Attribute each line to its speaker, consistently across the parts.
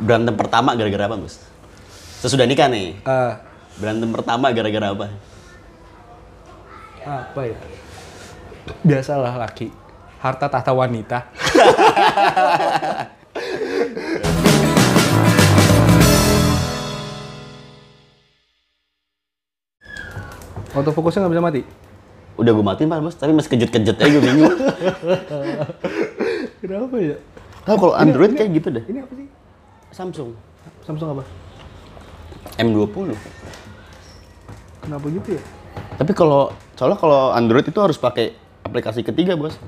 Speaker 1: berantem pertama gara-gara apa Gus? Sesudah nikah nih.
Speaker 2: Eh,
Speaker 1: Berantem pertama gara-gara apa?
Speaker 2: apa ya? Biasalah laki. Harta tahta wanita. Autofocusnya nggak bisa mati.
Speaker 1: Udah gue matiin Pak Bos, tapi masih kejet-kejet aja gue bingung.
Speaker 2: Kenapa ya?
Speaker 1: Nah, kalau Android kayak gitu deh.
Speaker 2: Ini apa sih?
Speaker 1: Samsung
Speaker 2: Samsung apa?
Speaker 1: M20.
Speaker 2: Kenapa gitu ya?
Speaker 1: Tapi kalau soalnya kalau Android itu harus pakai aplikasi ketiga, Bos.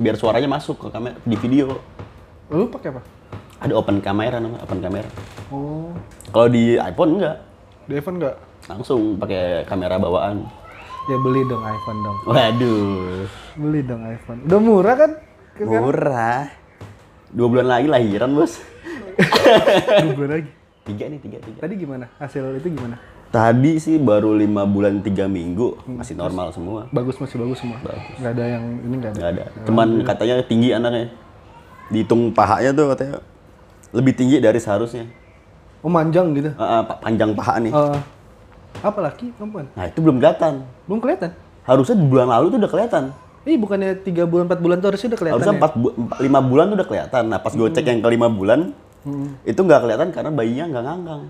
Speaker 1: Biar suaranya masuk ke kamera di video.
Speaker 2: Lu pakai apa?
Speaker 1: Ada open kamera namanya, open kamera.
Speaker 2: Oh,
Speaker 1: Kalau di iPhone enggak,
Speaker 2: di iPhone nggak?
Speaker 1: langsung pakai kamera bawaan.
Speaker 2: Ya beli dong iPhone dong.
Speaker 1: Waduh.
Speaker 2: Beli dong iPhone. Udah murah kan? Sekarang
Speaker 1: Murah. Dua bulan lagi lahiran, Bos.
Speaker 2: dua bulan lagi.
Speaker 1: tiga nih, tiga, tiga.
Speaker 2: Tadi gimana? Hasil itu gimana?
Speaker 1: Tadi sih baru lima bulan tiga minggu, masih normal semua.
Speaker 2: Bagus masih bagus semua. Gak ada yang ini gak ada.
Speaker 1: Nggak ada. Cuman katanya tinggi anaknya. Dihitung pahanya tuh katanya lebih tinggi dari seharusnya.
Speaker 2: Oh manjang gitu.
Speaker 1: Ah, ah, pa- panjang paha nih.
Speaker 2: Eh, apa laki perempuan?
Speaker 1: Nah itu belum kelihatan.
Speaker 2: Belum kelihatan.
Speaker 1: Harusnya di bulan lalu tuh udah kelihatan.
Speaker 2: Ih bukannya 3 bulan 4 bulan tuh harusnya udah kelihatan
Speaker 1: Harusnya
Speaker 2: ya?
Speaker 1: empat bu- empat- lima bulan tuh udah kelihatan. Nah pas gue cek yang kelima bulan itu nggak kelihatan karena bayinya nggak ngangkang.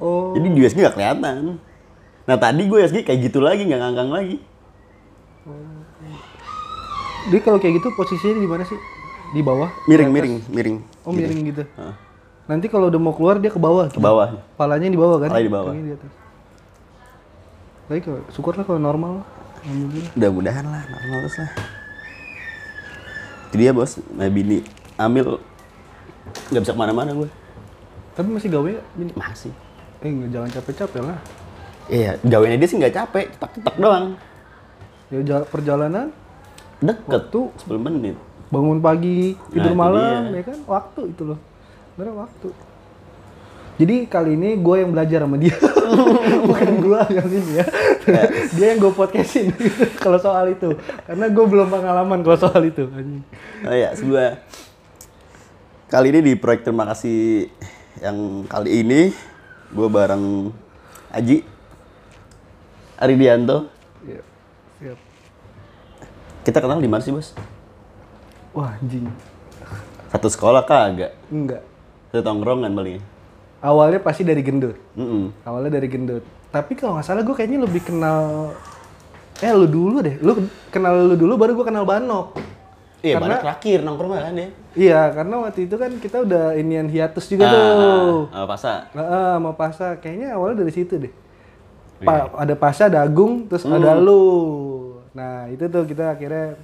Speaker 2: Oh,
Speaker 1: Jadi di USG nggak kelihatan. Nah tadi gue USG kayak gitu lagi nggak ngangkang lagi.
Speaker 2: jadi kalau kayak gitu posisinya di mana sih? Di bawah?
Speaker 1: Miring miring miring
Speaker 2: Oh miring gitu.
Speaker 1: Heeh.
Speaker 2: Nanti kalau udah mau keluar dia ke bawah. gitu.
Speaker 1: ke bawah.
Speaker 2: Palanya di bawah kan?
Speaker 1: Palanya di bawah.
Speaker 2: Tangannya di atas. Tapi kalau syukurlah kalau normal. Alhamdulillah.
Speaker 1: Mudah-mudahan lah normal terus lah. Itu dia bos, Mbak Bini ambil nggak bisa kemana-mana gue.
Speaker 2: Tapi masih gawe ya? Gini.
Speaker 1: Masih.
Speaker 2: Eh nggak- jangan capek-capek lah.
Speaker 1: Iya, gawainnya dia sih nggak capek, cetak-cetak doang.
Speaker 2: Ya jala- perjalanan
Speaker 1: Deket
Speaker 2: Waktu.
Speaker 1: tuh 10 menit.
Speaker 2: bangun pagi
Speaker 1: Nah, itu
Speaker 2: tidur malam
Speaker 1: dia.
Speaker 2: ya kan waktu itu loh bener waktu jadi kali ini gue yang belajar sama dia bukan gue yang ini ya dia yang gue podcastin kalau soal itu karena gue belum pengalaman kalau soal itu anjing
Speaker 1: Oh iya, sebuah kali ini di proyek terima kasih yang kali ini gue bareng Aji, Aridianto.
Speaker 2: Iya, siap.
Speaker 1: Kita kenal di mana sih bos?
Speaker 2: wah anjing
Speaker 1: Satu sekolah kagak,
Speaker 2: enggak
Speaker 1: satu tongkrongan paling. ya?
Speaker 2: awalnya pasti dari gendut
Speaker 1: Mm
Speaker 2: awalnya dari gendut tapi kalau nggak salah gue kayaknya lebih kenal eh lu dulu deh lu kenal lu dulu baru gue kenal banok
Speaker 1: Iya,
Speaker 2: Karena-
Speaker 1: baru terakhir nongkrong kan ya.
Speaker 2: Iya, karena waktu itu kan kita udah inian hiatus
Speaker 1: Ah,
Speaker 2: juga tuh.
Speaker 1: ah, Pasa.
Speaker 2: Heeh, sama Pasha. Kayaknya awalnya dari situ deh. Pa-
Speaker 1: Iya.
Speaker 2: ada Pasha, ada Agung, terus ada
Speaker 1: Hmm.
Speaker 2: lu. Nah, itu tuh kita akhirnya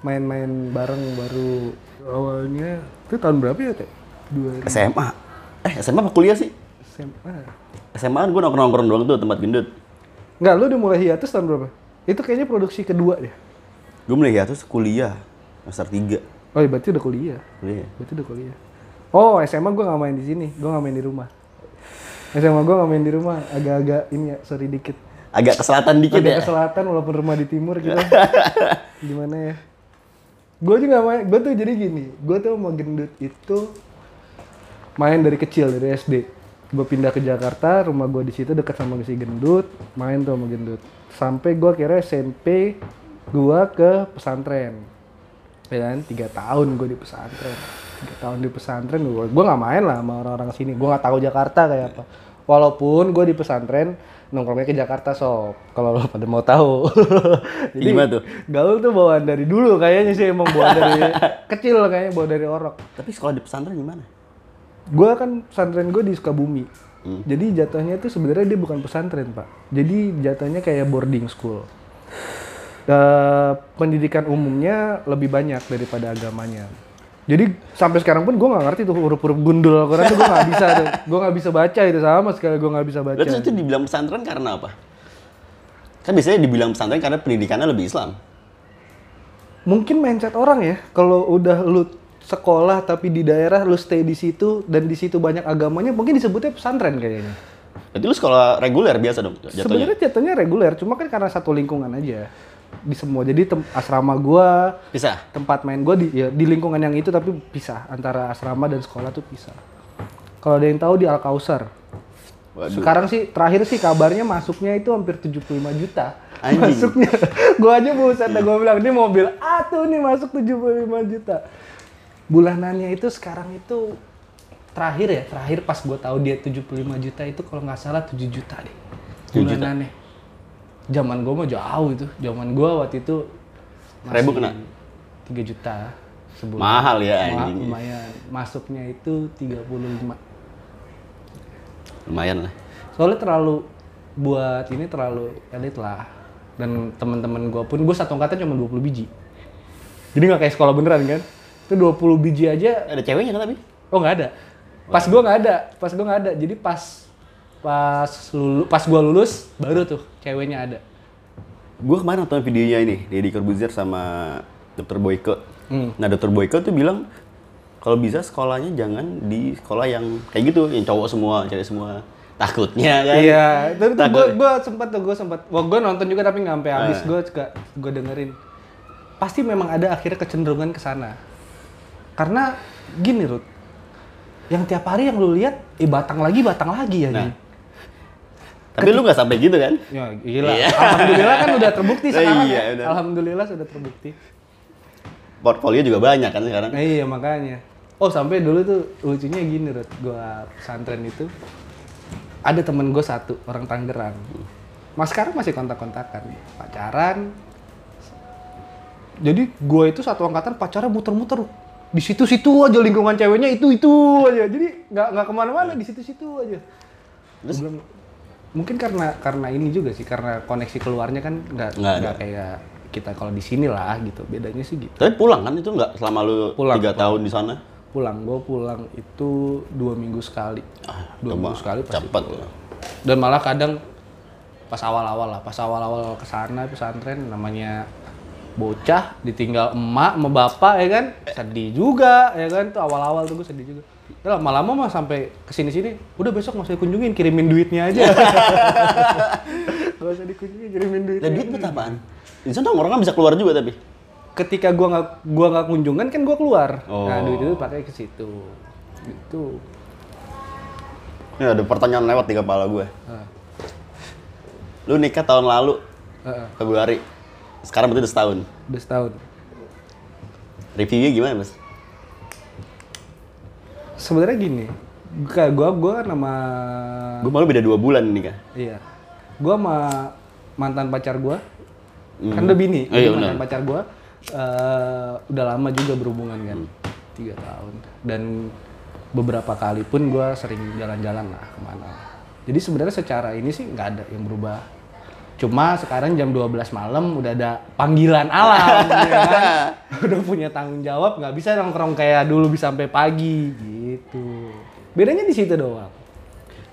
Speaker 2: main-main bareng baru. Awalnya itu tahun berapa ya, Teh? Dua
Speaker 1: SMA. Eh, SMA apa kuliah sih?
Speaker 2: SMA.
Speaker 1: SMA kan gue nongkrong-nongkrong doang tuh tempat gendut.
Speaker 2: Enggak, lu udah mulai hiatus tahun berapa? Itu kayaknya produksi kedua deh.
Speaker 1: Gue mulai hiatus kuliah, semester 3.
Speaker 2: Oh, iya, berarti udah kuliah.
Speaker 1: Kuliah.
Speaker 2: Berarti udah kuliah. Oh, SMA gue nggak main di sini, gue nggak main di rumah. SMA gue nggak main di rumah, agak-agak ini ya, sorry dikit.
Speaker 1: Agak ke selatan dikit
Speaker 2: Agak
Speaker 1: ya.
Speaker 2: ke selatan walaupun rumah di timur gitu. Gimana ya? Gue juga nggak main, gue tuh jadi gini, gue tuh mau gendut itu main dari kecil dari SD. Gue pindah ke Jakarta, rumah gue di situ dekat sama si gendut, main tuh sama gendut. Sampai gue kira SMP gue ke pesantren ya kan tiga tahun gue di pesantren tiga tahun di pesantren gue gue nggak main lah sama orang-orang sini gue nggak tahu Jakarta kayak apa walaupun gue di pesantren nongkrongnya ke Jakarta sob kalau lo pada mau tahu
Speaker 1: Gimana tuh?
Speaker 2: gaul tuh bawaan dari dulu kayaknya sih emang bawaan dari kecil kayaknya bawaan dari orok
Speaker 1: Tapi sekolah di pesantren gimana?
Speaker 2: gue kan pesantren gue di Sukabumi jadi jatuhnya tuh sebenarnya dia bukan pesantren pak jadi jatuhnya kayak boarding school Eh, pendidikan umumnya lebih banyak daripada agamanya jadi sampai sekarang pun gue nggak ngerti tuh huruf-huruf gundul Al-Quran tuh gue nggak bisa tuh. gue nggak bisa baca itu sama sekali gue nggak bisa baca
Speaker 1: Lalu terus itu dibilang pesantren karena apa? Kan biasanya dibilang pesantren karena pendidikannya lebih Islam.
Speaker 2: mungkin mindset orang ya kalau udah lu sekolah tapi di daerah lu stay di situ dan di situ banyak agamanya mungkin disebutnya pesantren kayaknya
Speaker 1: Berarti lu sekolah reguler biasa dong jatuhnya?
Speaker 2: Sebenarnya jatuhnya reguler, cuma kan karena satu lingkungan aja di semua. Jadi tem- asrama gua,
Speaker 1: Bisa?
Speaker 2: tempat main gua di ya, di lingkungan yang itu tapi pisah antara asrama dan sekolah tuh pisah. Kalau ada yang tahu di Al Kausar.
Speaker 1: Waduh.
Speaker 2: Sekarang sih terakhir sih kabarnya masuknya itu hampir 75 juta.
Speaker 1: Anjing. Iya.
Speaker 2: Masuknya. gua aja buset dah gua bilang ini mobil atuh nih masuk 75 juta. Bulanannya itu sekarang itu terakhir ya, terakhir pas gua tahu dia 75 juta itu kalau nggak salah 7 juta deh.
Speaker 1: 7 juta.
Speaker 2: Bulanannya. Zaman gua mah jauh itu. Zaman gua waktu itu
Speaker 1: Seribu kena?
Speaker 2: 3 juta sebulan.
Speaker 1: Mahal ya
Speaker 2: Ma-
Speaker 1: anjing.
Speaker 2: lumayan. Masuknya itu 35.
Speaker 1: Lumayan lah.
Speaker 2: Soalnya terlalu buat ini terlalu elit lah. Dan teman-teman gua pun gua satu angkatan cuma 20 biji. Jadi nggak kayak sekolah beneran kan? Itu 20 biji aja
Speaker 1: Ada ceweknya kan tapi?
Speaker 2: oh nggak ada. Pas gua nggak ada, pas gua nggak ada. Jadi pas pas lulu, pas gua lulus baru tuh ceweknya ada.
Speaker 1: Gue kemarin nonton videonya ini, Deddy Corbuzier sama Dr. Boyko.
Speaker 2: Hmm.
Speaker 1: Nah, Dr. Boyko tuh bilang kalau bisa sekolahnya jangan di sekolah yang kayak gitu, yang cowok semua, cewek semua. Takutnya kan.
Speaker 2: Iya, tapi tuh gue
Speaker 1: Takut.
Speaker 2: gue sempat tuh gue sempat. Wah gue nonton juga tapi nggak sampai habis.
Speaker 1: Ah.
Speaker 2: Gue juga gue dengerin. Pasti memang ada akhirnya kecenderungan ke sana. Karena gini Ruth, yang tiap hari yang lu lihat, eh batang lagi batang lagi ya.
Speaker 1: Nah.
Speaker 2: Ji.
Speaker 1: Tapi lu nggak sampai gitu kan?
Speaker 2: Ya gila.
Speaker 1: Iya.
Speaker 2: Alhamdulillah kan udah terbukti
Speaker 1: Nah,
Speaker 2: sekarang.
Speaker 1: iya,
Speaker 2: ya.
Speaker 1: udah.
Speaker 2: Alhamdulillah sudah terbukti.
Speaker 1: Portfolio juga banyak kan sekarang.
Speaker 2: Nah, iya makanya. Oh sampai dulu tuh lucunya gini Ruth, gue pesantren itu ada temen gue satu orang Tangerang. Mas sekarang masih kontak-kontakan, pacaran. Jadi gue itu satu angkatan pacarnya muter-muter di situ-situ aja lingkungan ceweknya itu itu aja. Jadi nggak nggak kemana-mana di situ-situ aja.
Speaker 1: Terus?
Speaker 2: Belum- mungkin karena karena ini juga sih karena koneksi keluarnya kan nggak
Speaker 1: Nggak
Speaker 2: nggak kayak kita kalau di sini lah gitu. Bedanya sih gitu.
Speaker 1: Tapi pulang kan itu nggak selama lu
Speaker 2: Pulang,
Speaker 1: tiga tahun di sana?
Speaker 2: pulang gue pulang itu dua minggu sekali
Speaker 1: Ah, itu
Speaker 2: dua minggu
Speaker 1: mah
Speaker 2: sekali pasti
Speaker 1: cepet.
Speaker 2: pulang. dan malah kadang pas awal-awal lah pas awal-awal kesana pesantren namanya bocah ditinggal emak sama bapak ya kan sedih juga ya kan tuh awal-awal tuh gue sedih juga Udah lama-lama mah sampai kesini-sini udah besok masih kunjungin kirimin duitnya aja gak usah dikunjungin kirimin duitnya
Speaker 1: Lah duit buat apaan? Di sana orang kan bisa keluar juga tapi.
Speaker 2: ketika gua nggak gua nggak kunjungan kan gua keluar
Speaker 1: Oh.
Speaker 2: nah duit itu pakai ke situ Gitu. itu
Speaker 1: Ini ada pertanyaan lewat di kepala gue.
Speaker 2: Ah,
Speaker 1: Lu nikah tahun lalu
Speaker 2: ah,
Speaker 1: Februari. Sekarang berarti udah setahun.
Speaker 2: udah setahun
Speaker 1: Reviewnya gimana, Mas?
Speaker 2: sebenarnya gini kayak gua gua kan sama
Speaker 1: Gue malu beda dua bulan nikah.
Speaker 2: iya gua sama mantan pacar gua kan udah bini
Speaker 1: Oh, iya,
Speaker 2: jadi
Speaker 1: benar.
Speaker 2: mantan pacar gua eh, udah lama juga berhubungan kan
Speaker 1: Hmm.
Speaker 2: tiga tahun dan beberapa kali pun gua sering jalan-jalan lah kemana jadi sebenarnya secara ini sih nggak ada yang berubah cuma sekarang jam 12 malam udah ada panggilan alam ya kan? udah punya tanggung jawab nggak bisa nongkrong kayak dulu bisa sampai pagi gitu bedanya di situ doang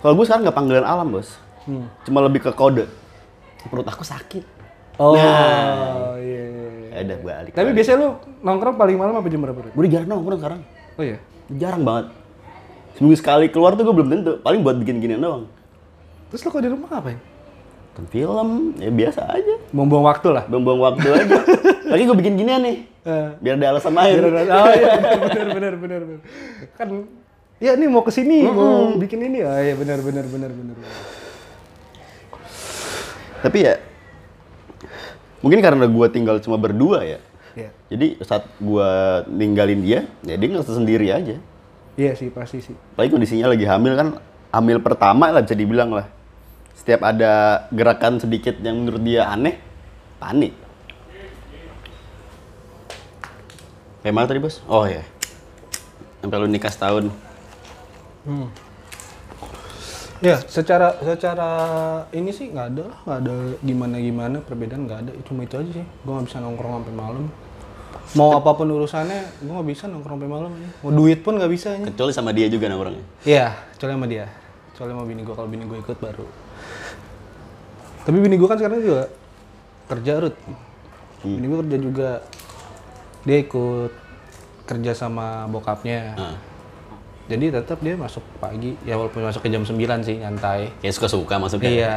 Speaker 1: Kalau gue sekarang nggak panggilan alam, Bos.
Speaker 2: Hmm.
Speaker 1: Cuma lebih ke kode. Perut aku sakit. Nah.
Speaker 2: oh iya
Speaker 1: Ya udah balik.
Speaker 2: Tapi biasanya lu nongkrong paling malam apa jam berapa? Rut?
Speaker 1: gue jarang nongkrong sekarang.
Speaker 2: Oh iya.
Speaker 1: Jarang banget. Seminggu sekali keluar tuh gue belum tentu. Paling buat bikin ginian doang.
Speaker 2: Terus lu kalau di rumah ngapain?
Speaker 1: Nonton film, ya biasa aja.
Speaker 2: Buang-buang waktu lah.
Speaker 1: Buang-buang waktu aja. Lagi gue bikin ginian nih.
Speaker 2: Eh,
Speaker 1: Biar ada alasan lain.
Speaker 2: oh iya, benar benar benar benar. Kan ya ini mau kesini, mau bikin ini. Oh iya benar benar benar benar. benar.
Speaker 1: Tapi ya, mungkin karena gue tinggal cuma berdua ya.
Speaker 2: Iya.
Speaker 1: Jadi saat gue ninggalin dia, ya dia ngerasa sendiri aja.
Speaker 2: Iya sih pasti sih.
Speaker 1: Apalagi kondisinya lagi hamil kan, hamil pertama lah bisa dibilang lah. Setiap ada gerakan sedikit yang menurut dia aneh, panik. Kayak mana tadi bos? Oh ya, sampai lu nikah setahun.
Speaker 2: Ya, secara secara ini sih nggak ada, lah, nggak ada gimana gimana perbedaan nggak ada. Cuma itu aja sih. Gue nggak bisa nongkrong sampai malam. Mau apapun urusannya, gue nggak bisa nongkrong sampai malam. ya. Mau duit pun nggak bisa. ya.
Speaker 1: Kecuali sama dia juga nah, nongkrongnya.
Speaker 2: Iya, kecuali sama dia. Kecuali sama bini gue, kalau bini gue ikut baru. Tapi bini gue kan sekarang juga kerja, Rut. Bini gue kerja juga. Dia ikut kerja sama bokapnya.
Speaker 1: Nah,
Speaker 2: Jadi tetap dia masuk pagi, Ah. ya walaupun masuk ke jam 9 sih, nyantai.
Speaker 1: kayak suka-suka maksudnya.
Speaker 2: Iya.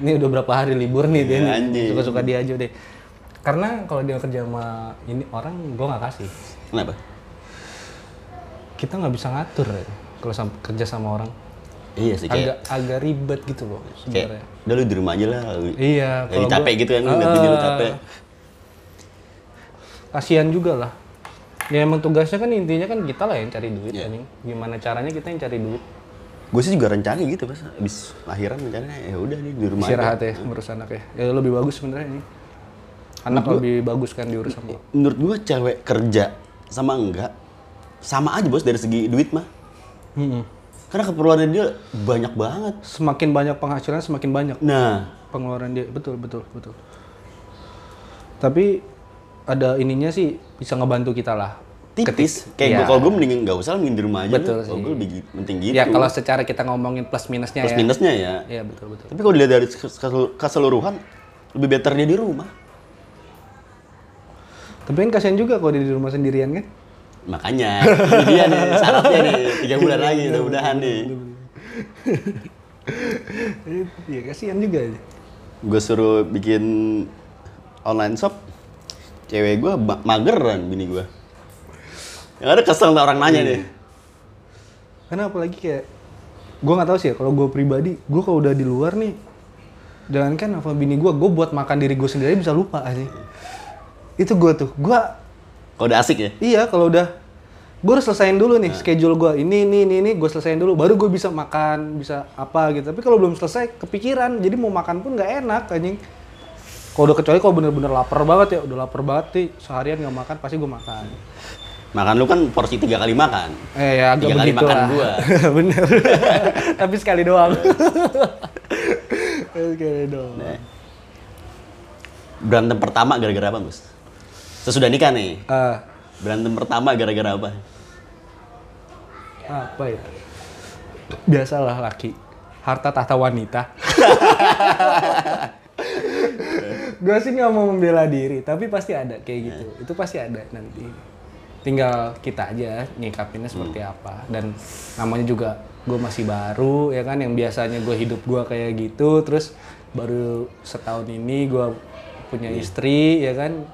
Speaker 2: ini udah berapa hari libur nih dia
Speaker 1: Iya,
Speaker 2: nih.
Speaker 1: anjing.
Speaker 2: Suka-suka dia aja deh. Karena kalau dia kerja sama ini orang, gue nggak kasih.
Speaker 1: Kenapa?
Speaker 2: Kita nggak bisa ngatur ya, kalau sam- kerja sama orang
Speaker 1: Iya sih
Speaker 2: agak
Speaker 1: kayak
Speaker 2: agak ribet gitu loh
Speaker 1: kayak
Speaker 2: sebenarnya
Speaker 1: udah lu di rumah aja lah. lu-
Speaker 2: Iya,
Speaker 1: Jadi
Speaker 2: kalau
Speaker 1: capek
Speaker 2: gua-
Speaker 1: gitu kan lu ngeliat video lu
Speaker 2: Ah.
Speaker 1: capek.
Speaker 2: kasihan juga lah ya emang tugasnya kan intinya kan kita lah yang cari duit
Speaker 1: Iya.
Speaker 2: anjing gimana caranya kita yang cari duit
Speaker 1: Gue sih juga rencana gitu pas abis lahiran rencananya ya udah nih di rumah
Speaker 2: istirahat
Speaker 1: aja.
Speaker 2: ya ngurus anak ya ya lebih bagus sebenarnya ini anak lebih bagus kan diurus sama
Speaker 1: Menurut gue cewek kerja sama enggak sama aja bos dari segi duit mah. Karena keperluannya dia banyak banget.
Speaker 2: semakin banyak penghasilan semakin banyak
Speaker 1: Nah,
Speaker 2: pengeluaran dia betul betul betul tapi ada ininya sih bisa ngebantu kita lah
Speaker 1: tipis. Kayak
Speaker 2: Iya.
Speaker 1: gua- kalau gue mending nggak usah mending di rumah aja.
Speaker 2: Betul
Speaker 1: lah. Kalau
Speaker 2: sih.
Speaker 1: gue lebih gi- penting gitu.
Speaker 2: ya kalau secara kita ngomongin plus minusnya
Speaker 1: Plus
Speaker 2: ya
Speaker 1: minusnya ya.
Speaker 2: ya betul betul
Speaker 1: Tapi kalau dilihat dari kesel- keseluruhan, lebih better dia di rumah.
Speaker 2: tapi kan kasihan juga kalau dia di rumah sendirian kan
Speaker 1: Makanya, ini dia nih, syaratnya nih, tiga bulan lagi mudah-mudahan nih.
Speaker 2: iya kasihan juga aja
Speaker 1: Gue suruh bikin online shop, cewek gue ba- mageran bini gue. Yang ada kesel tuh orang nanya nih.
Speaker 2: Karena apalagi kayak gue nggak tahu sih ya kalau gue pribadi gue kalau udah di luar nih jangankan apa bini gue gue buat makan diri gue sendiri bisa lupa aja itu gue tuh gue
Speaker 1: Kalau udah asik ya?
Speaker 2: iya kalau udah gue harus selesain dulu nih schedule gue ini ini ini ini gue selesain dulu baru gue bisa makan bisa apa gitu tapi kalau belum selesai kepikiran jadi mau makan pun nggak enak anjing kalau udah kecuali kalau bener-bener lapar banget ya udah lapar banget nih seharian nggak makan pasti gue makan
Speaker 1: Makan lu kan porsi tiga kali makan.
Speaker 2: eh ya agak
Speaker 1: Tiga kali
Speaker 2: begitu
Speaker 1: makan
Speaker 2: lah.
Speaker 1: gua.
Speaker 2: bener tapi sekali doang sekali doang
Speaker 1: Nah. Berantem pertama gara-gara apa, Gus? Sesudah nikah nih.
Speaker 2: Ah,
Speaker 1: Berantem pertama gara-gara apa?
Speaker 2: apa ya biasalah laki harta tahta wanita gue sih nggak mau membela diri tapi pasti ada kayak gitu itu pasti ada nanti tinggal kita aja nyikapinnya seperti apa dan namanya juga gue masih baru ya kan yang biasanya gue hidup gue kayak gitu terus baru setahun ini gue punya istri ya kan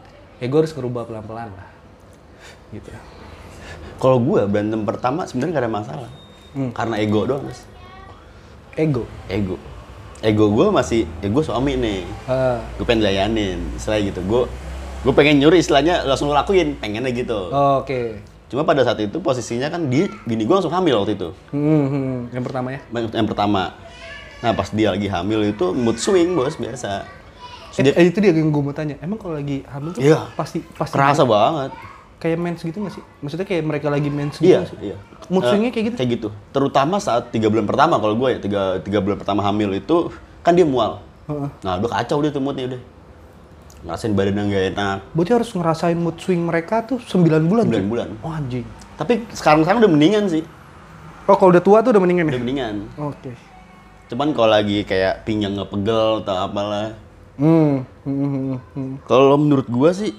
Speaker 2: ya gue harus ngerubah pelan pelan lah gitu
Speaker 1: Kalau gua berantem pertama sebenarnya gak ada masalah. Karena ego doang, Gus.
Speaker 2: ego
Speaker 1: Ego. Ego gua masih, ya gua suami nih.
Speaker 2: Ah,
Speaker 1: Gue pengen layanin, istilahnya gitu. Gue gue pengen nyuruh istilahnya langsung lu lakuin, pengennya gitu.
Speaker 2: oke
Speaker 1: Cuma pada saat itu posisinya kan dia, bini gue langsung hamil waktu itu.
Speaker 2: Hmm, hmm, yang pertama ya.
Speaker 1: Yang yang pertama. Nah pas dia lagi hamil itu mood swing bos biasa. Terus
Speaker 2: Eh,
Speaker 1: dia-
Speaker 2: eh, itu dia yang gue mau tanya. Emang kalau lagi hamil tuh
Speaker 1: Iya.
Speaker 2: pasti pasti
Speaker 1: kerasa banget.
Speaker 2: kayak mens gitu nggak sih? Maksudnya kayak mereka lagi mens gitu
Speaker 1: Iya,
Speaker 2: nggak sih?
Speaker 1: iya.
Speaker 2: Mood
Speaker 1: Eh,
Speaker 2: swingnya kayak gitu.
Speaker 1: Kayak gitu. Terutama saat tiga bulan pertama kalau gue ya tiga, tiga bulan pertama hamil itu kan dia mual. Nah udah kacau dia tuh moodnya udah. Ngerasain badan yang gak enak.
Speaker 2: Berarti harus ngerasain mood swing mereka tuh 9 bulan. tuh.
Speaker 1: 9 bulan.
Speaker 2: Oh, anjing.
Speaker 1: Tapi sekarang sekarang udah mendingan sih.
Speaker 2: Oh, kalau udah tua tuh udah mendingan ya?
Speaker 1: Udah mendingan.
Speaker 2: Oke.
Speaker 1: Cuman kalau lagi kayak pinggang ngepegel atau apalah.
Speaker 2: Hmm, hmm, hmm, hmm, hmm.
Speaker 1: Kalau menurut gue sih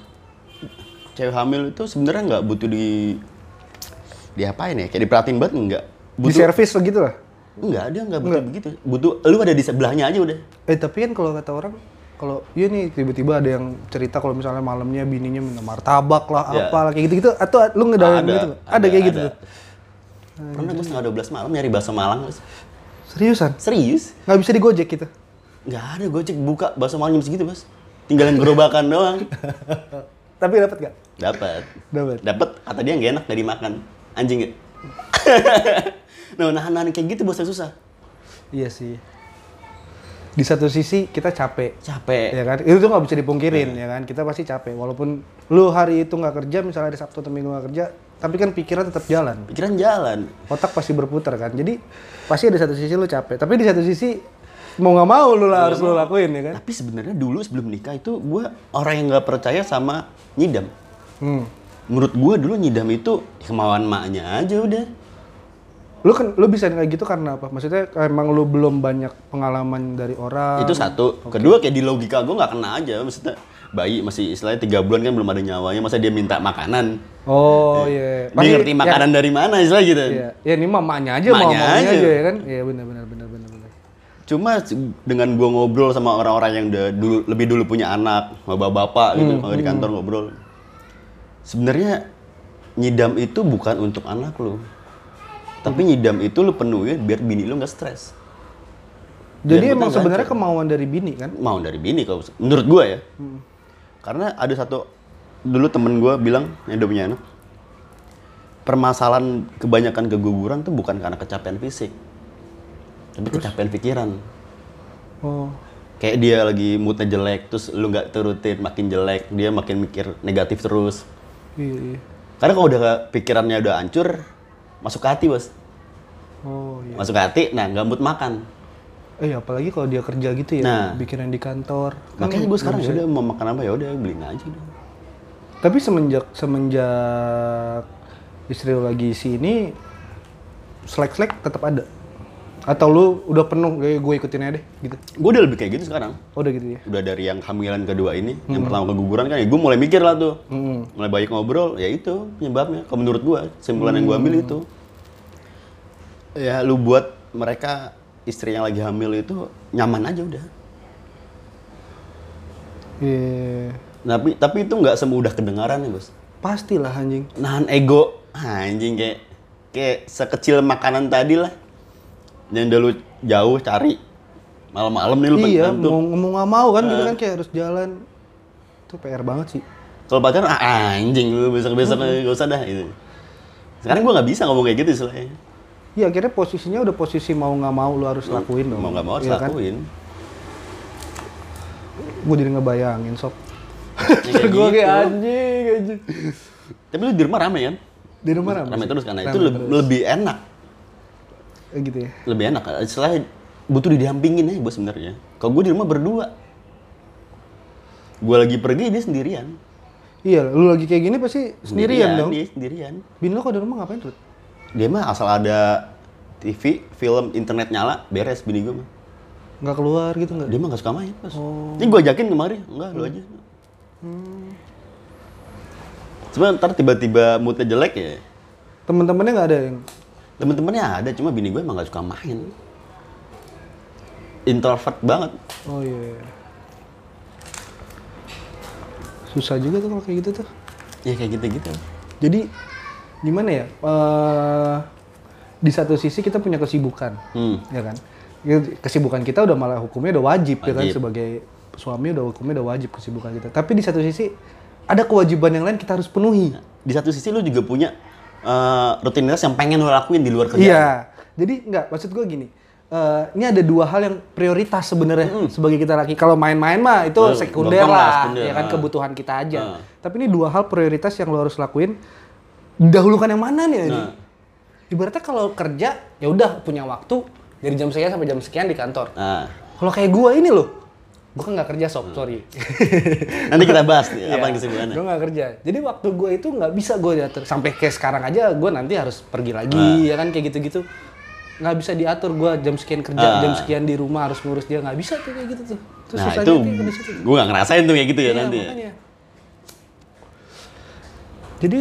Speaker 1: cewek hamil itu sebenarnya nggak butuh di diapain ya? Kayak diperhatiin banget nggak?
Speaker 2: Di
Speaker 1: Butuh
Speaker 2: servis begitu lah.
Speaker 1: nggak dia nggak butuh begitu. Butuh lu ada di sebelahnya aja udah.
Speaker 2: Eh, tapi kan kalau kata orang kalau iya nih tiba-tiba ada yang cerita kalau misalnya malamnya bininya minta martabak lah,
Speaker 1: Iya.
Speaker 2: apalah kayak gitu-gitu atau lu ngedalamin gitu? Ada, ada kayak gitu.
Speaker 1: ada.
Speaker 2: tuh?
Speaker 1: Pernah gue setengah 12 malam nyari bakso Malang terus,
Speaker 2: Seriusan?
Speaker 1: Serius?
Speaker 2: Nggak bisa digojek gitu.
Speaker 1: Nggak ada gue cek buka bakso Malang jam segitu bos Tinggalan gerobakan doang
Speaker 2: Tapi dapat gak?
Speaker 1: Dapat
Speaker 2: Dapat.
Speaker 1: Dapat kata dia nggak enak nggak dimakan Anjing ya Nah nahan-nahan kayak gitu bos yang susah
Speaker 2: Iya sih. Di satu sisi kita capek,
Speaker 1: Capek
Speaker 2: ya kan? Itu tuh nggak bisa dipungkirin, ya kan? Kita pasti capek. Walaupun lu hari itu nggak kerja, misalnya ada Sabtu atau Minggu nggak kerja, tapi kan pikiran tetap jalan.
Speaker 1: Pikiran jalan
Speaker 2: Otak pasti berputar kan. Jadi pasti ada satu sisi lu capek, tapi di satu sisi mau nggak mau lu lah harus lu lakuin, ya kan?
Speaker 1: Tapi sebenarnya dulu sebelum nikah itu gue orang yang nggak percaya sama nyidam
Speaker 2: Hmm.
Speaker 1: Menurut gue dulu nyidam itu ya kemauan maknya aja udah
Speaker 2: Lu kan lu bisa kayak gitu karena apa? Maksudnya emang lu belum banyak pengalaman dari orang.
Speaker 1: itu satu kedua kayak di logika gue nggak kena aja maksudnya bayi masih istilahnya tiga bulan kan belum ada nyawanya masa dia minta makanan
Speaker 2: Oh iya.
Speaker 1: dia ngerti
Speaker 2: ya-
Speaker 1: makanan dari mana istilahnya gitu
Speaker 2: Iya, ya ini mamanya aja
Speaker 1: Emaknya
Speaker 2: mau maunya
Speaker 1: aja.
Speaker 2: aja. ya kan? Iya benar benar benar benar benar.
Speaker 1: cuma s- dengan gue ngobrol sama orang-orang yang udah dulu lebih dulu punya anak sama bapak-bapak gitu kalau di kantor ngobrol sebenarnya nyidam itu bukan untuk anak lu Tapi nyidam itu lu penuhin biar bini lu nggak stres.
Speaker 2: Jadi
Speaker 1: Biar
Speaker 2: emang
Speaker 1: betah
Speaker 2: sebenarnya
Speaker 1: Iya, lancar.
Speaker 2: kemauan dari bini kan?
Speaker 1: mau dari bini kalau menurut gua ya. Karena ada satu dulu temen gua bilang yang udah punya anak. Permasalahan kebanyakan keguguran tuh bukan karena kecapean fisik. Tapi kecapean pikiran.
Speaker 2: Oh.
Speaker 1: Kayak dia lagi moodnya jelek, terus lu nggak turutin, makin jelek, dia makin mikir negatif terus.
Speaker 2: Iya, iya.
Speaker 1: Karena kalau udah ke- pikirannya udah hancur, masuk ke hati bos.
Speaker 2: Oh, iya.
Speaker 1: Masuk ke hati, nah nggak mood makan.
Speaker 2: Eh, apalagi kalau dia kerja gitu ya,
Speaker 1: Nah.
Speaker 2: bikinan di kantor. Kan
Speaker 1: Makanya gue sekarang
Speaker 2: belum
Speaker 1: ya
Speaker 2: bisa-
Speaker 1: udah mau makan apa ya udah beliin aja. dong.
Speaker 2: Tapi semenjak semenjak istri lu lagi sini selek-selek tetap ada. Atau lu udah penuh kayak gue ikutin aja deh gitu.
Speaker 1: Gue udah lebih kayak gitu sekarang.
Speaker 2: Oh, udah gitu ya.
Speaker 1: udah dari yang hamilan kedua ini yang pertama keguguran kan ya gue mulai mikir lah tuh mulai banyak ngobrol ya itu penyebabnya kalau menurut gue simpulan yang gue ambil itu ya lu buat mereka istri yang lagi hamil itu nyaman aja udah
Speaker 2: Iya.
Speaker 1: tapi tapi itu nggak semudah kedengaran ya bos
Speaker 2: Pastilah anjing.
Speaker 1: nahan ego anjing kayak kayak sekecil makanan tadi lah yang dulu jauh cari malam-malam nih lu Nah. pengen
Speaker 2: iya,
Speaker 1: ngantuk.
Speaker 2: mau ngomong nggak mau kan gitu kan kayak harus jalan. Itu PR banget sih.
Speaker 1: Kalau pacaran ah, anjing lu besok-besok gak usah dah gitu. Sekarang gua nggak bisa ngomong kayak gitu istilahnya.
Speaker 2: Iya, akhirnya posisinya udah posisi mau nggak mau lu harus lakuin dong.
Speaker 1: Mau nggak mau harus
Speaker 2: Iya kan?
Speaker 1: lakuin.
Speaker 2: Gue jadi ngebayangin sob.
Speaker 1: Ya, kayak
Speaker 3: gue kayak
Speaker 1: gitu.
Speaker 3: anjing anjing
Speaker 1: Tapi lu di rumah rame kan?
Speaker 2: Di rumah
Speaker 1: Rame,
Speaker 2: rame. sih?
Speaker 1: terus karena
Speaker 2: Rame
Speaker 1: itu leb-
Speaker 2: terus.
Speaker 1: lebih enak.
Speaker 2: Eh, gitu ya.
Speaker 1: Lebih enak. Istilahnya butuh didampingin aja gua sebenarnya. Kalau gua di rumah berdua. Gua lagi pergi dia sendirian.
Speaker 2: Iya, lu lagi kayak gini pasti sendirian dong.
Speaker 1: Dia sendirian.
Speaker 2: Bin lo kok di rumah ngapain tuh?
Speaker 1: Dia mah asal ada TV, film, internet nyala, beres bini gua mah.
Speaker 2: Nggak keluar gitu nggak?
Speaker 1: Dia mah gak suka main pas.
Speaker 2: Oh.
Speaker 1: Ini gue ajakin kemari, enggak
Speaker 2: Hmm.
Speaker 1: lu aja. Cuma ntar tiba-tiba moodnya jelek ya.
Speaker 2: Temen-temennya nggak ada yang
Speaker 1: Temen-temennya ada, cuma bini gue emang gak suka main. Introvert banget.
Speaker 2: Oh iya. Susah juga tuh kalau kayak gitu tuh.
Speaker 1: Ya kayak gitu-gitu.
Speaker 2: Jadi gimana ya? Eh, di satu sisi kita punya kesibukan,
Speaker 1: Hmm.
Speaker 2: ya kan? Ya, Kesibukan kita udah malah hukumnya udah wajib, ya kan
Speaker 1: Wajib.
Speaker 2: sebagai suami udah hukumnya udah wajib kesibukan kita. Tapi di satu sisi ada kewajiban yang lain kita harus penuhi.
Speaker 1: Di satu sisi lu juga punya eh, rutinitas yang pengen lu lakuin di luar kerjaan.
Speaker 2: Iya. Jadi nggak maksud gue gini. eh, ini ada dua hal yang prioritas sebenarnya sebagai kita laki. Kalau main-main mah itu
Speaker 1: Betul,
Speaker 2: sekunder
Speaker 1: gampang lah,
Speaker 2: lah,
Speaker 1: sekunder,
Speaker 2: ya kan
Speaker 1: ah.
Speaker 2: kebutuhan kita aja.
Speaker 1: Ah.
Speaker 2: Tapi ini dua hal prioritas yang lo harus lakuin. Dahulukan yang mana nih? ini?
Speaker 1: Nah.
Speaker 2: Ibaratnya kalau kerja ya udah punya waktu
Speaker 3: dari jam sekian sampai jam sekian di kantor
Speaker 1: Nah, Hmm.
Speaker 2: Kalau kayak gua ini loh,
Speaker 3: gue kan nggak kerja sob sorry
Speaker 1: nanti kita bahas nih,
Speaker 3: Iya.
Speaker 1: apa yang kesibukannya.
Speaker 3: Gue nggak kerja. Jadi waktu gue itu nggak bisa gue diatur. Sampai kayak sekarang aja gue nanti harus pergi lagi,
Speaker 1: Nah.
Speaker 3: ya kan kayak gitu-gitu. Nggak bisa diatur gue jam sekian kerja,
Speaker 1: Ah.
Speaker 3: jam sekian di rumah harus ngurus dia nggak bisa tuh kayak gitu tuh. Terus
Speaker 1: Nah
Speaker 3: susahnya
Speaker 1: itu
Speaker 3: tuh di situ.
Speaker 1: gue gak ngerasain tuh kayak gitu ya
Speaker 3: Iya,
Speaker 1: nanti. ya.
Speaker 3: makanya.
Speaker 2: jadi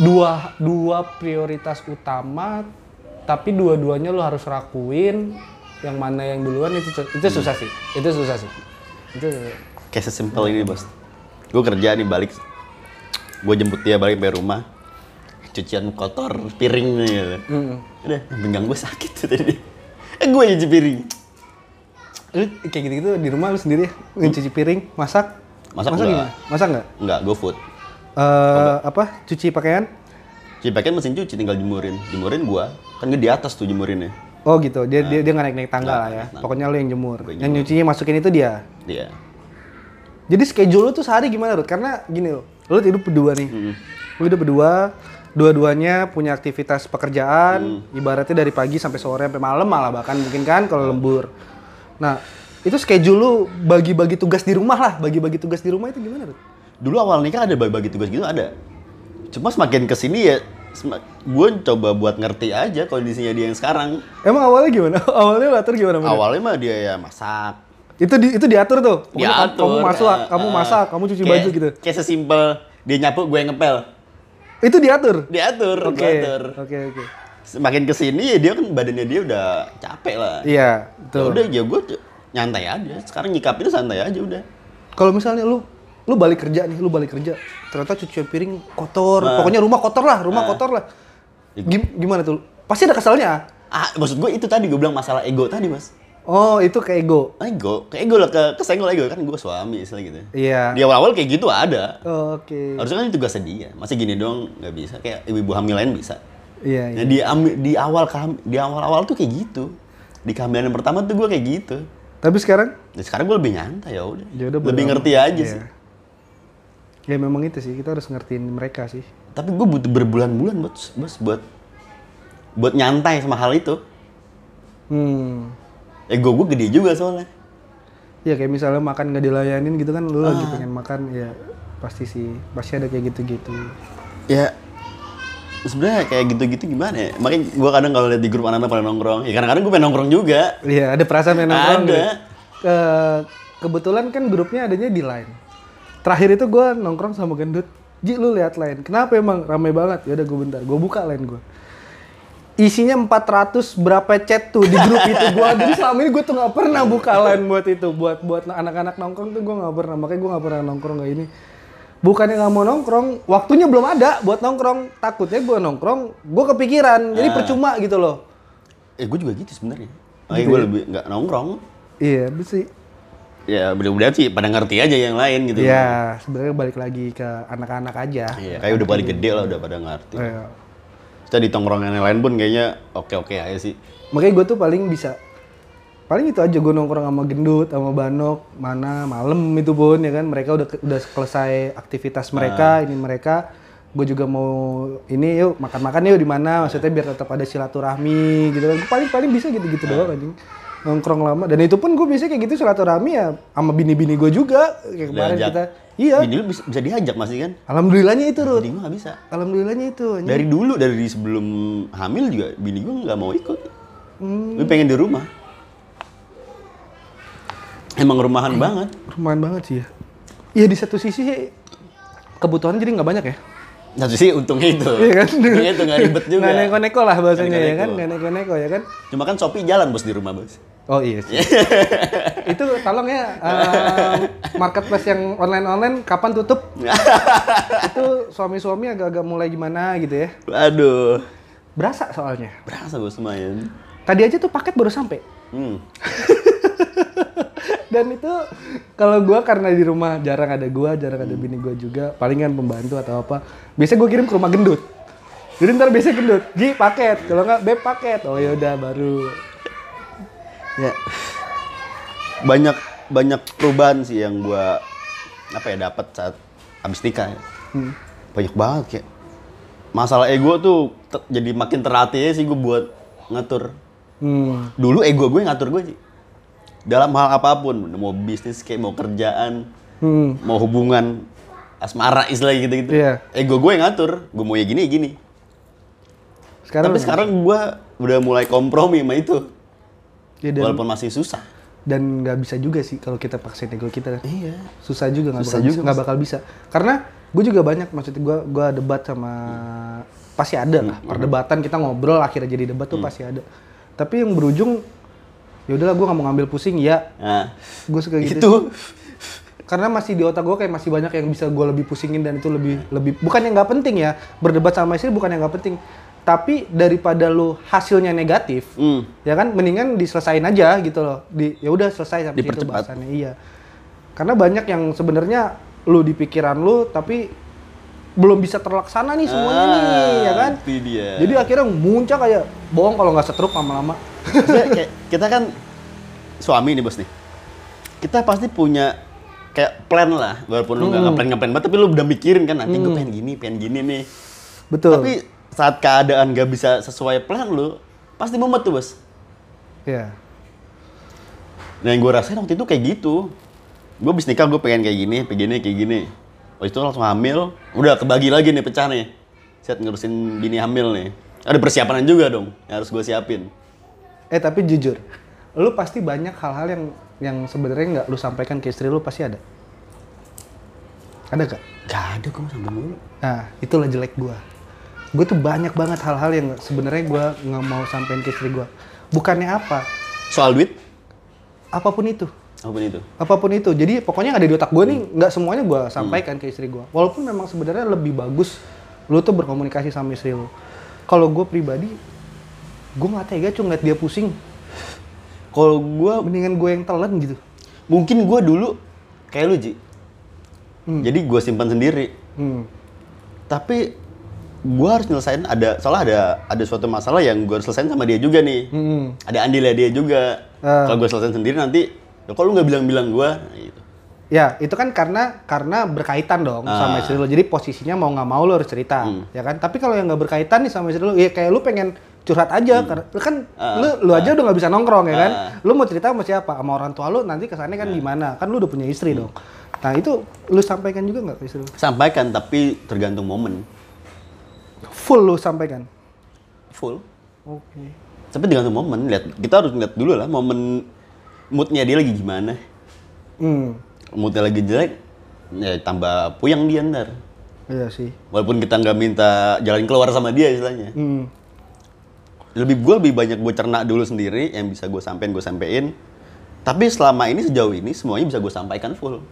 Speaker 3: Dua dua prioritas utama, tapi dua-duanya lo harus rakuin. Yang mana yang duluan itu itu susah
Speaker 1: Hmm.
Speaker 3: sih. Itu susah sih. Itu
Speaker 1: Kayak sesimpel ini bos. Gue kerja nih balik, gue jemput dia balik sampai rumah, cucian kotor, piring nih. Gitu. Udah, pinggang gue sakit tuh tadi. Eh gue cuci piring.
Speaker 2: lu kayak gitu-gitu di rumah lu sendiri ya, ngecuci piring, masak,
Speaker 1: Masak
Speaker 2: masak
Speaker 1: nggak.
Speaker 2: gimana? Masak nggak?
Speaker 1: Enggak, gue food.
Speaker 2: Eh, apa? Cuci pakaian?
Speaker 1: Cuci pakaian mesin cuci tinggal jemurin. Jemurin gue, kan gue di atas tuh jemurinnya.
Speaker 2: Oh gitu, dia dia, dia nggak naik-naik tangga lah
Speaker 1: naik
Speaker 2: ya.
Speaker 1: tangga.
Speaker 2: Pokoknya lu yang jemur.
Speaker 1: Gua
Speaker 2: Yang nyucinya masukin itu dia.
Speaker 1: Dia.
Speaker 2: Jadi schedule lu tuh sehari gimana, Rut? Karena gini loh, lu hidup berdua nih. Lu hidup berdua, dua-duanya punya aktivitas pekerjaan, ibaratnya dari pagi sampai sore sampai malam malah bahkan mungkin kan kalau lembur. Nah, itu schedule lu bagi-bagi tugas di rumah lah, bagi-bagi tugas di rumah itu gimana, Rut?
Speaker 1: Dulu awal nikah ada bagi-bagi tugas gitu ada. Cuma semakin kesini ya, gue coba buat ngerti aja kondisinya dia yang sekarang.
Speaker 2: Emang awalnya gimana? awalnya lu atur gimana? Bro?
Speaker 1: Awalnya mah dia ya masak,
Speaker 2: Itu di, itu diatur tuh. Pokoknya kamu-
Speaker 1: diatur.
Speaker 2: kamu masak,
Speaker 1: eh,
Speaker 2: kamu
Speaker 1: eh,
Speaker 2: masak, kamu cuci
Speaker 1: kayak-
Speaker 2: baju gitu.
Speaker 1: Kayak sesimpel dia nyapu gue yang ngepel.
Speaker 2: Itu diatur.
Speaker 1: Diatur,
Speaker 2: Oke.
Speaker 1: diatur.
Speaker 2: Oke, oke.
Speaker 1: Semakin kesini ya dia kan badannya dia udah capek lah.
Speaker 2: Iya,
Speaker 1: Ya
Speaker 2: betul.
Speaker 1: udah ya gue c- nyantai aja. Sekarang nyikapinnya santai aja udah.
Speaker 2: Kalau misalnya lu lu balik kerja nih, lu balik
Speaker 1: Nah.
Speaker 2: kerja,
Speaker 1: Iya.
Speaker 2: ternyata cucian piring kotor, pokoknya rumah kotor lah, rumah kotor lah. Gim- gimana tuh? Pasti ada keselnya.
Speaker 1: Ah, maksud gue itu tadi gue bilang masalah ego tadi, Mas.
Speaker 2: Oh, itu ke ego.
Speaker 1: Ego, ke ego lah, ke kesenggol ego kan gue suami istilah gitu.
Speaker 2: Iya.
Speaker 1: Di awal-awal kayak gitu ada.
Speaker 2: Oke.
Speaker 1: Harusnya kan itu tugasnya dia. Masih gini doang nggak bisa. Kayak ibu-ibu hamil lain bisa.
Speaker 2: Iya, iya.
Speaker 1: Nah, di ami- di awal keham- di awal-awal tuh kayak gitu. Di kehamilan yang pertama tuh gue kayak gitu.
Speaker 2: Tapi sekarang
Speaker 1: Dan sekarang gue lebih nyantai ya udah.
Speaker 2: ya udah
Speaker 1: Lebih
Speaker 2: bodo
Speaker 1: ngerti
Speaker 2: amat.
Speaker 1: aja
Speaker 2: Iya.
Speaker 1: sih.
Speaker 2: Ya memang itu sih, kita harus ngertiin mereka sih.
Speaker 1: Tapi gue butuh berbulan-bulan buat bos buat buat nyantai sama hal itu.
Speaker 2: Hmm.
Speaker 1: Ego gue gede juga soalnya.
Speaker 2: Ya kayak misalnya makan nggak dilayanin gitu kan, lu lagi pengen makan ya pasti sih, pasti ada kayak gitu-gitu.
Speaker 1: ya sebenarnya kayak gitu-gitu gimana ya makanya gue kadang kalau lihat di grup anak-anak pada nongkrong ya kadang-kadang gue pengen nongkrong juga
Speaker 2: Iya, ada perasaan yang
Speaker 1: Ada.
Speaker 2: nongkrong gitu. Ke- kebetulan kan grupnya adanya di Line. Terakhir itu gue nongkrong sama gendut. Ji lu lihat Line. Kenapa emang rame banget? Ya udah gue bentar, gue buka Line gue. Isinya 400 berapa chat tuh di grup itu gua. Jadi selama ini gue tuh nggak pernah buka Line buat itu, buat buat anak-anak nongkrong tuh gue nggak pernah. Makanya gue nggak pernah nongkrong kayak ini. Bukannya nggak mau nongkrong, waktunya belum ada buat nongkrong. Takutnya gue nongkrong, gue kepikiran. Jadi percuma gitu loh.
Speaker 1: eh gue juga gitu sebenarnya makanya
Speaker 2: ya?
Speaker 1: gue lebih nggak nongkrong
Speaker 2: Iya, sih.
Speaker 1: ya mudah-mudahan sih pada ngerti aja yang lain gitu
Speaker 2: Iya, sebenarnya balik lagi ke anak-anak aja.
Speaker 1: Iya, kayak udah paling gede lah udah pada ngerti
Speaker 2: Iya.
Speaker 1: kita di tongkrongan yang lain pun kayaknya oke-oke aja sih
Speaker 2: Makanya gue tuh paling bisa paling itu aja gue nongkrong sama gendut, sama banok, mana malam itu pun ya kan mereka udah udah selesai aktivitas
Speaker 1: Ah.
Speaker 2: mereka, ini mereka gue juga mau ini yuk makan-makan yuk di mana maksudnya biar tetap ada silaturahmi gitu kan Gua paling paling bisa
Speaker 1: Ah.
Speaker 2: gitu-gitu doang anjing nongkrong lama dan itu pun gue biasanya kayak gitu silaturahmi ya sama bini-bini gue juga kayak kemarin
Speaker 1: Diajak.
Speaker 2: kita iya
Speaker 1: Bini lu bisa, bisa diajak masih kan
Speaker 2: alhamdulillahnya itu Rud
Speaker 1: bini gue nggak bisa
Speaker 2: alhamdulillahnya itu anjing.
Speaker 1: dari dulu dari sebelum hamil juga bini gue nggak mau ikut
Speaker 2: Hmm.
Speaker 1: gue pengen di rumah emang rumahan banget
Speaker 2: Lumayan banget sih ya. Iya di satu sisi sih kebutuhan jadi nggak banyak ya.
Speaker 1: Satu sih untungnya itu.
Speaker 2: Iya kan?
Speaker 1: Untungnya itu nggak ribet juga.
Speaker 2: Nggak neko-neko lah bahasanya
Speaker 1: Nggak
Speaker 2: ya kan,
Speaker 1: neko-neko.
Speaker 2: nggak neko-neko ya kan.
Speaker 1: Cuma kan Shopee jalan bos di rumah bos.
Speaker 2: Oh iya sih. Itu tolong ya eh, marketplace yang online-online kapan tutup? Itu suami-suami agak-agak mulai gimana gitu ya.
Speaker 1: Aduh,
Speaker 2: Berasa soalnya.
Speaker 1: berasa bos lumayan.
Speaker 2: Tadi aja tuh paket baru sampai.
Speaker 1: Hmm.
Speaker 2: Dan itu kalau gua karena di rumah jarang ada gua, jarang ada bini gua juga, palingan pembantu atau apa. Biasanya gua kirim ke rumah gendut. Jadi ntar biasanya gendut, Ji paket, kalau nggak beb paket. Oh ya udah baru.
Speaker 1: Ya. Banyak banyak perubahan sih yang gua apa ya dapat saat abis nikah. Ya.
Speaker 2: Hmm.
Speaker 1: Banyak banget kayak masalah ego tuh te- jadi makin terlatih aja sih gue buat ngatur.
Speaker 2: Hmm.
Speaker 1: Dulu ego gue ngatur gue sih. Dalam hal apapun, mau bisnis kayak mau kerjaan,
Speaker 2: Hmm.
Speaker 1: mau hubungan asmara istilahnya gitu-gitu.
Speaker 2: Iya.
Speaker 1: Ego gue yang ngatur, gue mau ya gini ya gini.
Speaker 2: Sekarang
Speaker 1: Tapi sekarang gue udah mulai kompromi sama itu,
Speaker 2: ya, dan,
Speaker 1: walaupun masih susah.
Speaker 2: dan nggak bisa juga sih kalau kita paksain ego kita kan.
Speaker 1: Iya.
Speaker 2: Susah juga nggak
Speaker 1: Susah
Speaker 2: bakal,
Speaker 1: juga,
Speaker 2: bisa- nggak bakal bisa. Karena gue juga banyak maksudnya gua gua debat sama pasti ada
Speaker 1: Hmm,
Speaker 2: lah perdebatan kita ngobrol akhirnya jadi debat tuh pasti ada. Tapi yang berujung ya udahlah gua nggak mau ngambil pusing ya
Speaker 1: Nah,
Speaker 2: gue suka gitu
Speaker 1: itu
Speaker 2: karena masih di otak gue kayak masih banyak yang bisa gue lebih pusingin dan itu lebih lebih bukan yang nggak penting ya berdebat sama istri bukan yang nggak penting tapi daripada lu hasilnya negatif
Speaker 1: Hmm.
Speaker 2: ya kan mendingan diselesain aja gitu loh di ya udah selesai sampai situ
Speaker 1: Dipercepat.
Speaker 2: bahasannya iya karena banyak yang sebenarnya lu di pikiran lu tapi belum bisa terlaksana
Speaker 1: Ah.
Speaker 2: nih semuanya nih ya kan
Speaker 1: Itu dia.
Speaker 2: jadi akhirnya muncak kayak bohong kalau nggak setruk lama-lama
Speaker 1: Maksudnya kayak kita kan suami nih bos nih. Kita pasti punya kayak plan lah, walaupun lu nggak ngeplan ngeplan banget, tapi lu udah mikirin kan nanti gue pengen gini, pengen gini nih.
Speaker 2: betul
Speaker 1: Tapi saat keadaan gak bisa sesuai plan lu, pasti mumet tuh bos.
Speaker 2: ya
Speaker 1: Nah yang gue rasain waktu itu kayak gitu. Gue bis nikah gue pengen kayak gini, pengen gini, kayak gini. Waktu itu langsung hamil, udah kebagi lagi nih pecah nih. Set ngurusin bini hamil nih. Ada persiapan juga dong yang harus gue siapin.
Speaker 2: Eh tapi jujur, lu pasti banyak hal-hal yang yang sebenarnya nggak lu sampaikan ke istri lu pasti ada. Ada gak?
Speaker 1: Gak ada gue sambil mulu.
Speaker 2: Nah, itulah jelek gua. Gue tuh banyak banget hal-hal yang sebenarnya gua nggak mau sampein ke istri gua. Bukannya apa?
Speaker 1: Soal duit,
Speaker 2: Apapun itu.
Speaker 1: apapun itu.
Speaker 2: Apapun itu. Jadi pokoknya yang ada di otak gua nih nggak semuanya gua sampaikan ke istri gua. Walaupun memang sebenarnya lebih bagus lu tuh berkomunikasi sama istri lu. Kalau gue pribadi gue nggak tega cuy ngeliat dia pusing
Speaker 1: Kalau gue
Speaker 2: mendingan gue yang telan gitu
Speaker 1: mungkin gue dulu kayak lu Ji. Jadi gue simpan sendiri.
Speaker 2: hmm.
Speaker 1: Tapi gue harus nyelesain ada soalnya ada ada suatu masalah yang gue harus selesain sama dia juga nih.
Speaker 2: Hmm.
Speaker 1: Ada andilnya dia juga.
Speaker 2: Ah.
Speaker 1: Kalau gue selesain sendiri nanti, ya kok lu nggak bilang-bilang gue? Gitu.
Speaker 2: Ya, itu kan karena karena berkaitan dong sama istri lo. Jadi posisinya mau nggak mau lo harus cerita, ya kan? Tapi kalau yang nggak berkaitan nih sama istri lo, ya kayak lu pengen curhat aja, karena kan lu lu aja udah nggak bisa nongkrong ya kan? Lu mau cerita sama siapa? Sama orang tua lu nanti kesannya kan gimana? Kan lu udah punya istri dong. Nah itu lu sampaikan juga nggak ke istri lu?
Speaker 1: Sampaikan tapi tergantung momen.
Speaker 2: Full lu sampaikan.
Speaker 1: Full.
Speaker 2: Oke.
Speaker 1: Tapi tergantung momen. Lihat kita harus lihat dulu lah momen moodnya dia lagi gimana.
Speaker 2: Hmm,
Speaker 1: Moodnya lagi jelek, ya tambah puyeng dia ntar.
Speaker 2: iya sih.
Speaker 1: Walaupun kita nggak minta jalan keluar sama dia istilahnya.
Speaker 2: Hmm.
Speaker 1: lebih gue lebih banyak gue cerna dulu sendiri yang bisa gue sampein gue sampein tapi selama ini sejauh ini semuanya bisa gue sampaikan full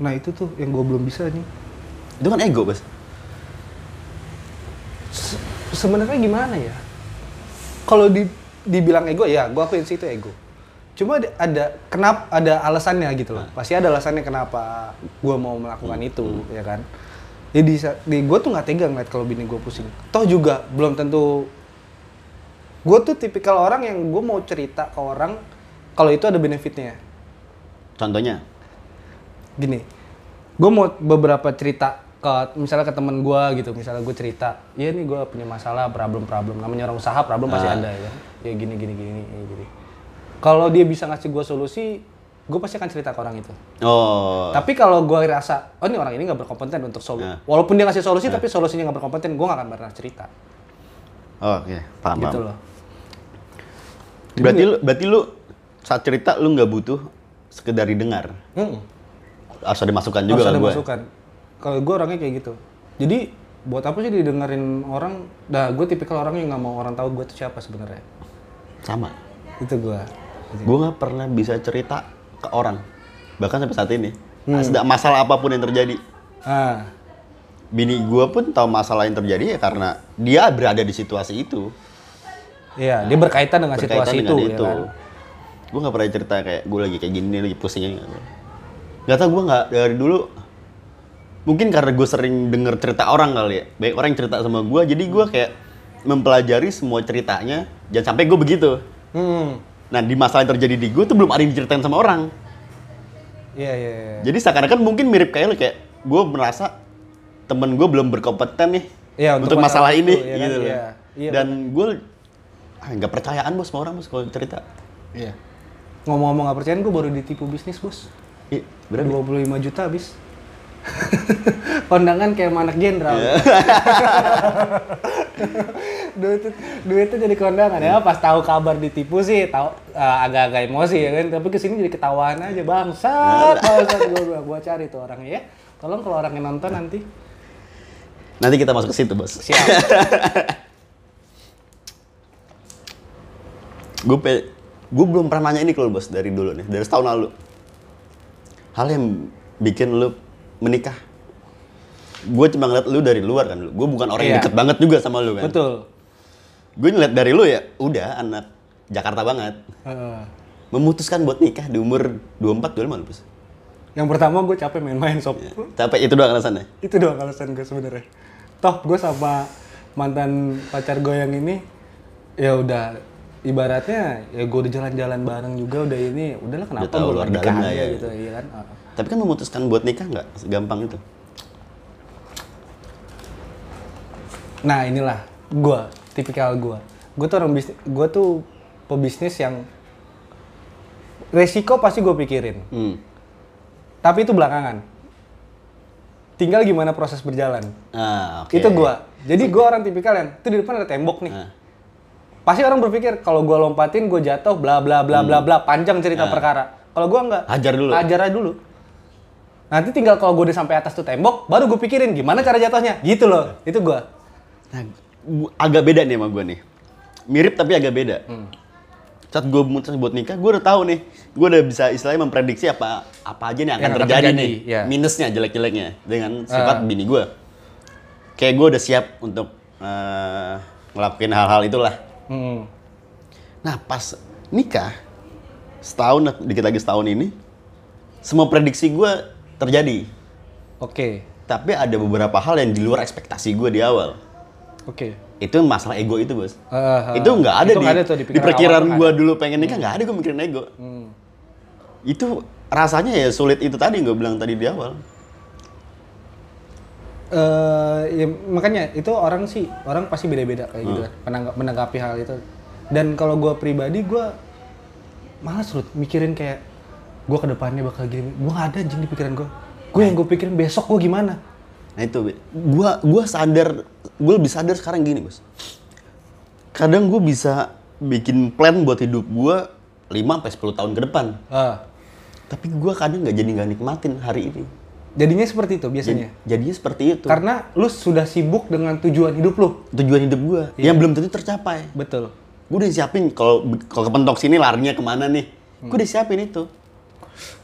Speaker 2: Nah itu tuh yang gue belum bisa nih.
Speaker 1: itu kan ego bas
Speaker 3: Sebenarnya gimana ya?
Speaker 2: kalau di dibilang ego ya gua akuin sih itu ego cuma ada- ada kenapa ada alasannya gitu loh pasti ada alasannya kenapa gua mau melakukan itu ya kan jadi di, sa- di gue tuh nggak tega ngeliat kalau bini gue pusing toh juga belum tentu gue tuh tipikal orang yang gue mau cerita ke orang kalau itu ada benefitnya
Speaker 1: contohnya
Speaker 2: gini gue mau beberapa cerita ke misalnya ke temen gue gitu misalnya gue cerita iya nih gue punya masalah problem problem namanya orang usaha problem pasti
Speaker 1: Ah.
Speaker 2: ada ya ya gini gini gini gini, gini. kalau dia bisa ngasih gue solusi gue pasti akan cerita ke orang itu
Speaker 1: oh
Speaker 2: tapi kalau gue rasa oh ini orang ini nggak berkompeten untuk solusi
Speaker 1: Ah.
Speaker 2: walaupun dia ngasih solusi tapi solusinya nggak berkompeten gue nggak akan pernah cerita
Speaker 1: oh, oke paham,
Speaker 2: gitu
Speaker 1: paham.
Speaker 2: loh
Speaker 1: berarti lu berarti lu saat cerita lu nggak butuh sekedar didengar
Speaker 2: Mm.
Speaker 1: harus ada masukan juga
Speaker 2: harus
Speaker 1: kan
Speaker 2: ada
Speaker 1: gue
Speaker 2: masukan. Kalau gue orangnya kayak gitu. Jadi buat apa sih didengerin orang? Dah gue tipikal orang yang nggak mau orang tahu gue tuh siapa sebenarnya.
Speaker 1: sama
Speaker 2: Itu gue.
Speaker 1: gue nggak pernah bisa cerita ke orang bahkan sampai saat ini
Speaker 2: Hmm.
Speaker 1: Ada masalah apapun yang terjadi
Speaker 2: Ah,
Speaker 1: bini gue pun tahu masalah yang terjadi ya karena dia berada di situasi itu
Speaker 2: iya dia berkaitan dengan situasi
Speaker 1: berkaitan
Speaker 2: itu,
Speaker 1: dengan
Speaker 2: ya
Speaker 1: itu.
Speaker 2: kan?
Speaker 1: Gue nggak pernah cerita kayak gue lagi kayak gini lagi pusingnya gitu. Gak tau gue nggak dari dulu. Mungkin karena gue sering denger cerita orang kali ya. Banyak orang yang cerita sama gue, jadi gue kayak mempelajari semua ceritanya. Jangan sampai gue begitu.
Speaker 2: Hmm,
Speaker 1: Nah di masalah yang terjadi di gue tuh belum ada yang diceritain sama orang.
Speaker 2: iya iya. iya.
Speaker 1: Jadi seakan-akan mungkin mirip kayak lo kayak gue merasa temen gue belum berkompeten nih
Speaker 2: Iya,
Speaker 1: untuk,
Speaker 2: untuk
Speaker 1: masalah,
Speaker 2: masalah
Speaker 1: ini
Speaker 2: itu, ya kan?
Speaker 1: gitu loh.
Speaker 2: Iya, iya,
Speaker 1: Dan gue ah, nggak percayaan bos sama orang bos kalau cerita.
Speaker 2: Iya. Ngomong-ngomong nggak percaya, gue baru ditipu bisnis bos.
Speaker 1: Ih, berat deh.
Speaker 2: 25 juta habis. Kondangan kayak sama anak jenderal.
Speaker 1: Iya.
Speaker 2: duit duitnya jadi kondangan ya pas tahu kabar ditipu sih tahu eh, agak-agak emosi ya kan tapi kesini jadi ketawaan aja
Speaker 1: Nah.
Speaker 2: bangsat bangsat gue gue cari tuh orangnya ya tolong kalau orang yang nonton nanti
Speaker 1: Nanti kita masuk ke situ, Bos.
Speaker 2: siap
Speaker 1: Gue gue belum pernah nanya ini ke lu, Bos, dari dulu nih, dari setahun lalu. Hal yang bikin lu menikah. Gue cuma ngeliat lu dari luar kan, gue bukan orang yang
Speaker 2: Iya.
Speaker 1: deket banget juga sama lu kan.
Speaker 2: betul
Speaker 1: Gue ngeliat dari lu ya, udah anak Jakarta banget.
Speaker 2: Heeh.
Speaker 1: Memutuskan buat nikah di umur 24, 25 lu, Bos. Ya.
Speaker 2: yang pertama gue capek main-main sob
Speaker 1: Iya. Tapi itu doang alasannya.
Speaker 2: itu doang alasan gue sebenarnya toh gue sama mantan pacar gue yang ini ya udah ibaratnya ya gue udah jalan-jalan bareng juga udah ini udahlah kenapa
Speaker 1: tahu
Speaker 2: gue
Speaker 1: luar
Speaker 2: nikah
Speaker 1: dalam lah
Speaker 2: aja
Speaker 1: ya.
Speaker 2: gitu iya kan Heeh.
Speaker 1: Tapi kan memutuskan buat nikah nggak segampang itu.
Speaker 2: Nah inilah gue, tipikal gue. Gue tuh orang bisnis, gue tuh pebisnis yang resiko pasti gue pikirin.
Speaker 1: Hmm.
Speaker 2: Tapi itu belakangan. Tinggal gimana proses berjalan.
Speaker 1: Ah, oke.
Speaker 2: Itu gue. Jadi gue orang tipikal yang, tuh di depan ada tembok nih.
Speaker 1: Ah.
Speaker 2: Pasti orang berpikir kalau gue lompatin gue jatuh bla bla bla bla bla panjang cerita perkara. Kalau gue nggak
Speaker 1: Hmm. Ah. Hajar dulu.
Speaker 2: Hajar aja dulu. Nanti tinggal kalau gue udah sampai atas tuh tembok, baru gue pikirin gimana cara jatuhnya. Gitu loh. Itu gue.
Speaker 1: Nah, gua- agak beda nih sama gue nih. Mirip tapi agak beda.
Speaker 2: Hmm.
Speaker 1: Saat gue memutuskan buat nikah, gue udah tahu nih. Gue udah bisa istilahnya memprediksi apa apa aja nih akan
Speaker 2: Yang akan
Speaker 1: terjadi,
Speaker 2: terjadi,
Speaker 1: nih.
Speaker 2: ya. Ah.
Speaker 1: Minusnya, jelek-jeleknya dengan sifat bini gue. Kayak gue udah siap untuk eh, ngelakuin hal-hal itulah.
Speaker 2: Hmm.
Speaker 1: Nah pas nikah setahun dikit lagi setahun ini semua prediksi gue terjadi.
Speaker 2: Oke.
Speaker 1: Tapi ada beberapa hal yang di luar ekspektasi gue di awal.
Speaker 2: Oke.
Speaker 1: Itu masalah ego itu bos.
Speaker 2: Ah, ah.
Speaker 1: itu nggak ada,
Speaker 2: Itu
Speaker 1: di,
Speaker 2: nggak ada Hmm. tuh di
Speaker 1: di,
Speaker 2: pikiran
Speaker 1: perkiraan
Speaker 2: awal,
Speaker 1: gue dulu pengen nikah nggak ada gue mikirin ego. Itu rasanya ya sulit itu tadi gue bilang tadi di awal.
Speaker 2: Eh, ya, makanya itu orang sih orang pasti beda-beda kayak gitu kan menangga- menanggapi hal itu dan kalau gue pribadi gue malas Ruth mikirin kayak gue kedepannya bakal gini gue gak ada anjing di pikiran gue gue yang gue pikirin besok gue gimana
Speaker 1: Nah itu, Bi. gua gua sadar, gua lebih sadar sekarang gini, Bos. Kadang gua bisa bikin plan buat hidup gua 5 sampai 10 tahun ke depan.
Speaker 2: Ah,
Speaker 1: Tapi gua kadang nggak jadi nggak nikmatin hari ini.
Speaker 2: jadinya seperti itu
Speaker 1: Jadi,
Speaker 4: Iya.
Speaker 2: biasanya
Speaker 1: jadinya seperti itu.
Speaker 2: karena lu sudah sibuk dengan tujuan hidup lu
Speaker 1: Tujuan hidup gua
Speaker 4: Iya.
Speaker 1: yang belum tentu tercapai.
Speaker 2: betul
Speaker 1: Gua udah siapin kalau kalau kepentok sini larinya kemana nih. Gua
Speaker 4: Hmm.
Speaker 1: udah siapin itu.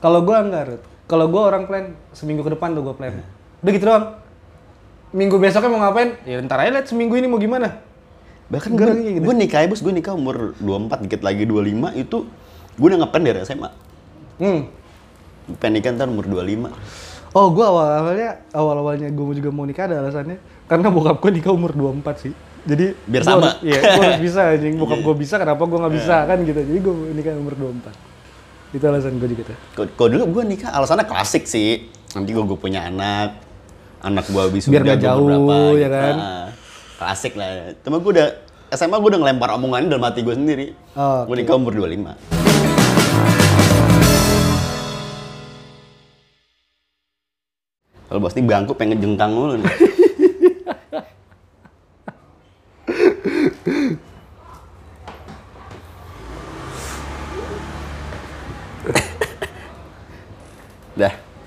Speaker 2: Kalau gue enggak, Rut. Kalau gue orang plan seminggu ke depan tuh gue plan. Udah gitu doang. Minggu besoknya mau ngapain? Ya ntar aja liat seminggu ini mau gimana.
Speaker 1: Bahkan
Speaker 2: Gua
Speaker 1: gua,
Speaker 2: kayak gitu.
Speaker 1: gua nikah ya, Bos. Gua nikah umur 24 dikit lagi 25 itu gua udah ngeplan dari SMA.
Speaker 2: Hmm.
Speaker 1: Pengen nikah ntar umur 25.
Speaker 4: Oh, gue awal-awalnya awal-awalnya gue juga mau nikah ada alasannya karena bokap gue nikah umur 24 sih. Jadi
Speaker 1: Biar
Speaker 4: gua
Speaker 1: sama. Iya.
Speaker 4: harus- Iya, gue harus bisa anjing. Bokap gue bisa, kenapa gue nggak bisa kan gitu. Jadi gue nikah umur 24. Itu alasan gue juga tuh.
Speaker 1: Kalau kalau dulu gue nikah alasannya klasik sih. Nanti gue, punya anak, anak gue habis
Speaker 4: Biar
Speaker 1: udah
Speaker 4: nggak
Speaker 1: gua
Speaker 4: jauh,
Speaker 1: berapa,
Speaker 4: ya
Speaker 1: gitu.
Speaker 4: kan?
Speaker 1: Ah, klasik lah. Cuma gue udah SMA gue udah ngelempar omongan dalam hati gue sendiri.
Speaker 4: Oh,
Speaker 1: Gue nikah umur 25. Kalau bos ini bangku pengen jengkang mulu nih. Dah.